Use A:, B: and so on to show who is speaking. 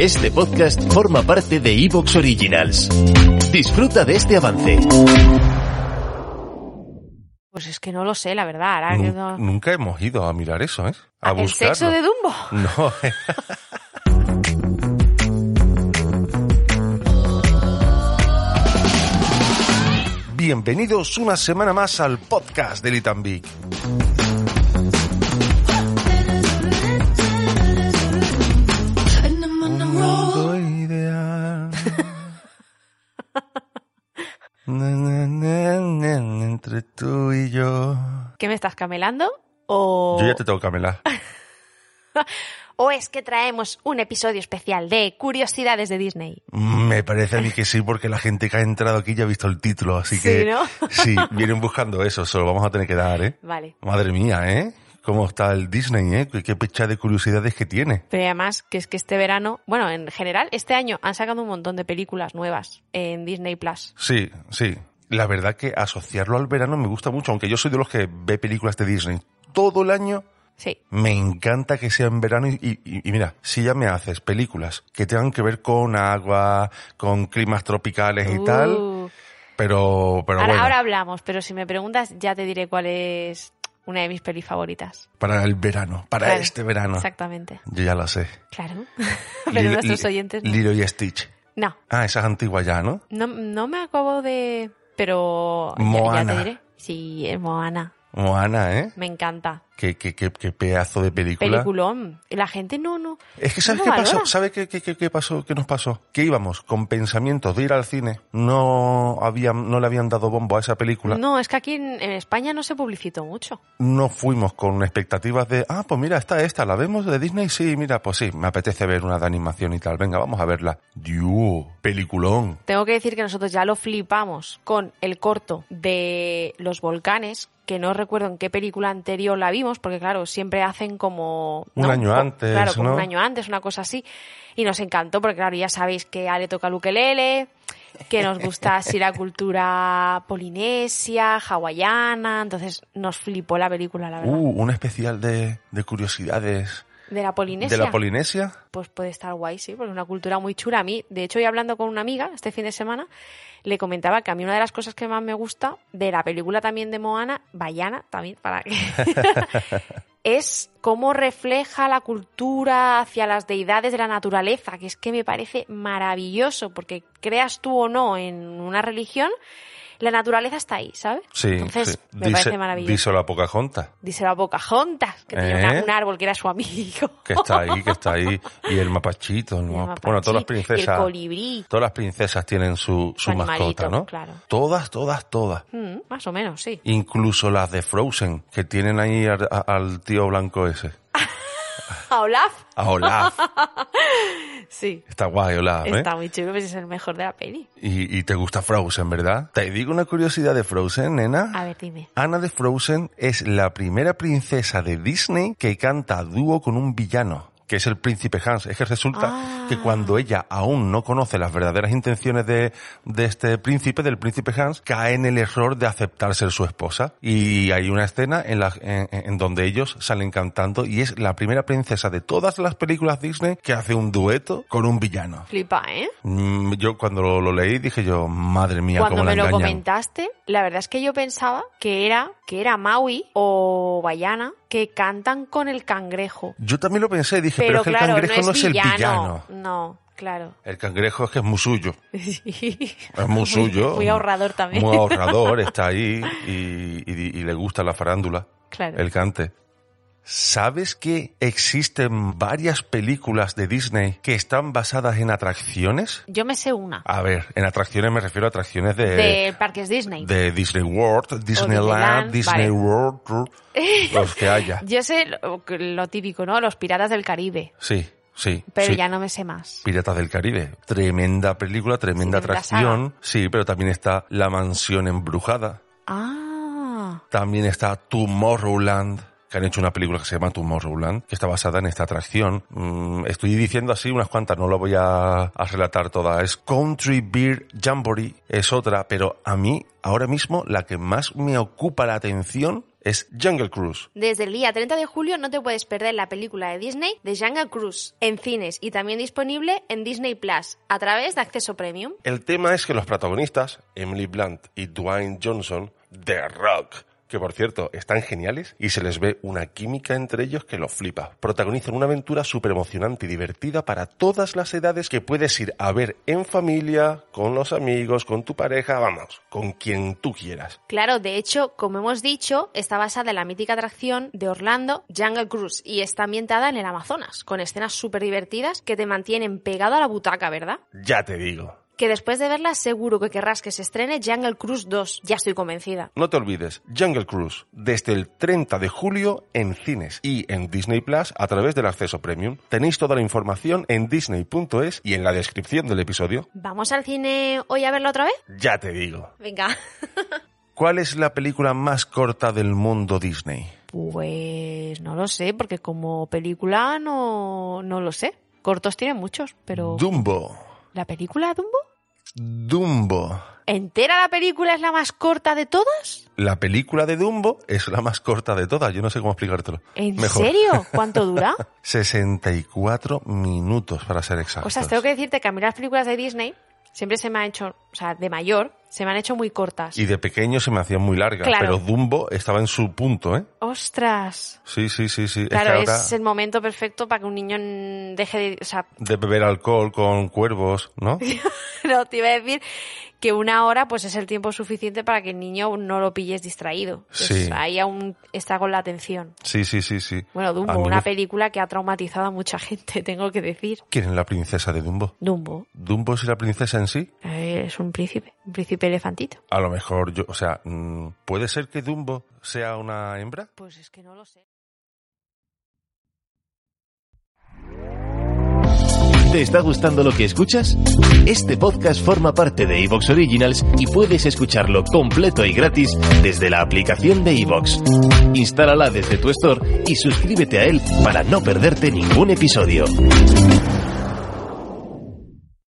A: Este podcast forma parte de Evox Originals. Disfruta de este avance.
B: Pues es que no lo sé, la verdad. Ahora que
C: Nun-
B: no-
C: Nunca hemos ido a mirar eso, ¿eh? mm, A
B: ¿El
C: buscarlo.
B: sexo de Dumbo?
C: No. eh. Bienvenidos una semana más al podcast de Litambic. Un mundo ideal. Na, na, na, na, na, entre tú y yo.
B: ¿Qué me estás camelando? ¿O...
C: Yo ya te tengo Camela.
B: ¿O es que traemos un episodio especial de Curiosidades de Disney?
C: Me parece a mí que sí, porque la gente que ha entrado aquí ya ha visto el título, así
B: Sí,
C: que
B: ¿no?
C: sí, vienen buscando eso, se lo vamos a tener que dar, ¿eh?
B: Vale.
C: Madre mía, ¿eh? ¿Cómo está el Disney, eh? Qué- Qué pecha de curiosidades que tiene.
B: Pero además que es que este verano, bueno, en general, este año han sacado un montón de películas nuevas en Disney Plus.
C: Sí, sí. La verdad que asociarlo al verano me gusta mucho, aunque yo soy de los que ve películas de Disney todo el año.
B: Sí.
C: Me encanta que sea en verano y, y- y mira, si ya me haces películas que tengan que ver con agua, con climas tropicales y tal,
B: Uh.
C: pero, pero
B: Ahora,
C: bueno.
B: ahora hablamos, pero si me preguntas ya te diré cuál es una de mis pelis favoritas.
C: Para el verano, para
B: Claro,
C: este verano.
B: Exactamente.
C: Yo ya la sé.
B: Claro. pero
C: Lilo-
B: nuestros
C: Li-
B: oyentes no.
C: Lilo y Stitch.
B: No,
C: Ah, esa es antigua ya, ¿no?
B: no, no me acabo de... Pero ya- ya
C: Moana.
B: te diré. Sí, es Moana.
C: Moana, ¿eh?
B: Me encanta.
C: Qué, qué, qué, qué pedazo de película.
B: Peliculón. Y La gente no, no.
C: Es que
B: no
C: ¿sabes
B: lo
C: qué pasó?
B: valora.
C: ¿Sabes qué, qué, qué, qué pasó? ¿Qué nos pasó? Que íbamos con pensamientos de ir al cine. No habían, no le habían dado bombo a esa película.
B: No, es que aquí en, en España no se publicitó mucho.
C: No fuimos con expectativas de, ah, pues mira, está esta, la vemos de Disney, sí, mira, pues sí, me apetece ver una de animación y tal. Venga, vamos a verla. Dios, peliculón.
B: Tengo que decir que nosotros ya lo flipamos con el corto de los volcanes, que no recuerdo en qué película anterior la vimos, porque claro, siempre hacen como...
C: Un
B: ¿no?
C: año
B: Co-
C: antes,
B: Claro, como
C: ¿no?
B: un año antes, una cosa así. Y nos encantó, porque claro, ya sabéis que Ale toca el ukelele, que nos gusta así la cultura polinesia, hawaiana, entonces nos flipó la película, la verdad.
C: Uh, un especial de, de curiosidades.
B: de la Polinesia.
C: ¿De la Polinesia?
B: pues puede estar guay, sí, porque es una cultura muy chula. A mí, de hecho, hoy hablando con una amiga este fin de semana, le comentaba que a mí una de las cosas que más me gusta de la película también de Moana, Bayana también, para que... es cómo refleja la cultura hacia las deidades de la naturaleza, que es que me parece maravilloso, porque creas tú o no en una religión, la naturaleza está ahí, ¿sabes?
C: Sí.
B: Entonces,
C: sí.
B: me parece maravilloso.
C: Díselo a Pocahontas,
B: Díselo a Pocahontas, que tenía una-
C: ¿Eh?
B: un árbol que era su amigo.
C: que está ahí, que está ahí. Y el mapachito, ¿no?
B: Y el
C: Bueno, todas las
B: mapachi, y el
C: princesas.
B: colibrí.
C: Todas las princesas tienen su, su mascota,
B: animalito,
C: ¿no?
B: claro.
C: Todas, todas, todas.
B: Mm, más o menos, sí.
C: Incluso las de Frozen, que tienen ahí al, a- al tío blanco ese.
B: A Olaf,
C: A Olaf.
B: sí.
C: Está guay, Olaf, ¿eh?
B: Está muy chulo, pues es el mejor de la peli.
C: Y, y te gusta Frozen, ¿verdad? Te digo una curiosidad de Frozen, nena.
B: A ver, dime.
C: Ana de Frozen es la primera princesa de Disney que canta a dúo con un villano, que es el príncipe Hans. Es que resulta
B: Ah.
C: que cuando ella aún no conoce las verdaderas intenciones de, de este príncipe, del príncipe Hans, cae en el error de aceptar ser su esposa. Y hay una escena en, la, en, en donde ellos salen cantando y es la primera princesa de todas las películas Disney que hace un dueto con un villano.
B: Flipa, ¿eh?
C: Mm, Yo cuando lo, lo leí dije yo, madre mía,
B: Cuando
C: cómo la
B: me lo
C: engañan.
B: comentaste, la verdad es que yo pensaba que era, que era Maui o Bayana que cantan con el cangrejo.
C: Yo también lo pensé, dije,
B: Pero,
C: pero, es que
B: claro,
C: el cangrejo no es, el villano.
B: No, claro.
C: El cangrejo es que es muy suyo.
B: Sí.
C: Es muy suyo.
B: Muy ahorrador también.
C: Muy ahorrador, está ahí y, y- y le gusta la farándula,
B: Claro.
C: el cante. ¿Sabes que existen varias películas de Disney que están basadas en atracciones?
B: Yo me sé una.
C: A ver, en atracciones me refiero a atracciones de,
B: de Parques Disney.
C: Eh, de Disney World,
B: Disneyland,
C: Disneyland,
B: vale.
C: Disney World, los que haya.
B: Yo sé lo, lo típico, ¿no? Los piratas del Caribe.
C: Sí, sí.
B: Pero
C: sí.
B: ya no me sé más.
C: Piratas del Caribe. Tremenda película, tremenda
B: Sí, tremenda
C: atracción. Sí, pero también está La Mansión Embrujada.
B: Ah.
C: También está Tomorrowland, que han hecho una película que se llama Tomorrowland, que está basada en esta atracción. Mm, estoy diciendo así unas cuantas, no la voy a, a relatar toda. Es Country Beer Jamboree, es otra, pero a mí ahora mismo la que más me ocupa la atención es Jungle Cruise.
B: Desde el día 30 de julio no te puedes perder la película de Disney de Jungle Cruise en cines y también disponible en Disney Plus a través de acceso premium.
C: El tema es que los protagonistas, Emily Blunt y Dwayne Johnson, The Rock, que por cierto están geniales y se les ve una química entre ellos que los flipa. Protagonizan una aventura súper emocionante y divertida para todas las edades que puedes ir a ver en familia, con los amigos, con tu pareja, vamos, con quien tú quieras.
B: Claro, de hecho, como hemos dicho, está basada en la mítica atracción de Orlando, Jungle Cruise, y está ambientada en el Amazonas, con escenas súper divertidas que te mantienen pegado a la butaca, ¿verdad?
C: Ya te digo.
B: Que después de verla seguro que querrás que se estrene Jungle Cruise 2, ya estoy convencida.
C: No te olvides, Jungle Cruise, desde el 30 de julio en cines y en Disney Plus a través del acceso premium. Tenéis toda la información en disney.es y en la descripción del episodio.
B: ¿Vamos al cine hoy a verla otra vez?
C: Ya te digo.
B: Venga.
C: ¿Cuál es la película más corta del mundo Disney?
B: Pues no lo sé, porque como película no, no lo sé. Cortos tiene muchos,
C: Mm.
B: pero...
C: Dumbo.
B: ¿La película Dumbo?
C: Dumbo.
B: ¿Entera la película es la más corta de todas?
C: La película de Dumbo es la más corta de todas. Yo no sé cómo explicártelo.
B: ¿En
C: Mejor.
B: serio? ¿Cuánto dura?
C: 64 minutos para ser
B: O
C: exactos.
B: sea, tengo que decirte que a mí las películas de Disney siempre se me han hecho, o sea, de mayor, se me han hecho muy cortas.
C: Y de pequeño se me hacían muy largas,
B: Claro.
C: pero Dumbo estaba en su punto, ¿eh?
B: ¡Ostras!
C: Sí, sí, sí, sí.
B: Claro,
C: es que ahora
B: es el momento perfecto para que un niño mm, deje de... O sea,
C: de beber alcohol con cuervos, ¿no?
B: no, te iba a decir que una hora pues es el tiempo suficiente para que el niño no lo pilles distraído. Entonces,
C: Sí.
B: Ahí aún está con la atención.
C: Sí, sí, sí, sí.
B: Bueno,
C: A
B: Dumbo,
C: mí
B: una
C: me-
B: película que ha traumatizado a mucha gente, tengo que decir.
C: ¿Quién es la princesa de Dumbo?
B: Dumbo
C: ¿Dumbo es la princesa en sí?
B: eh, es un príncipe, un príncipe elefantito.
C: A lo mejor yo, o sea, mm, ¿puede ser que Dumbo sea una hembra?
B: Pues es que no lo sé.
A: ¿Te está gustando lo que escuchas? Este podcast forma parte de Evox Originals y puedes escucharlo completo y gratis desde la aplicación de Evox. Instálala desde tu store y suscríbete a él para no perderte ningún episodio.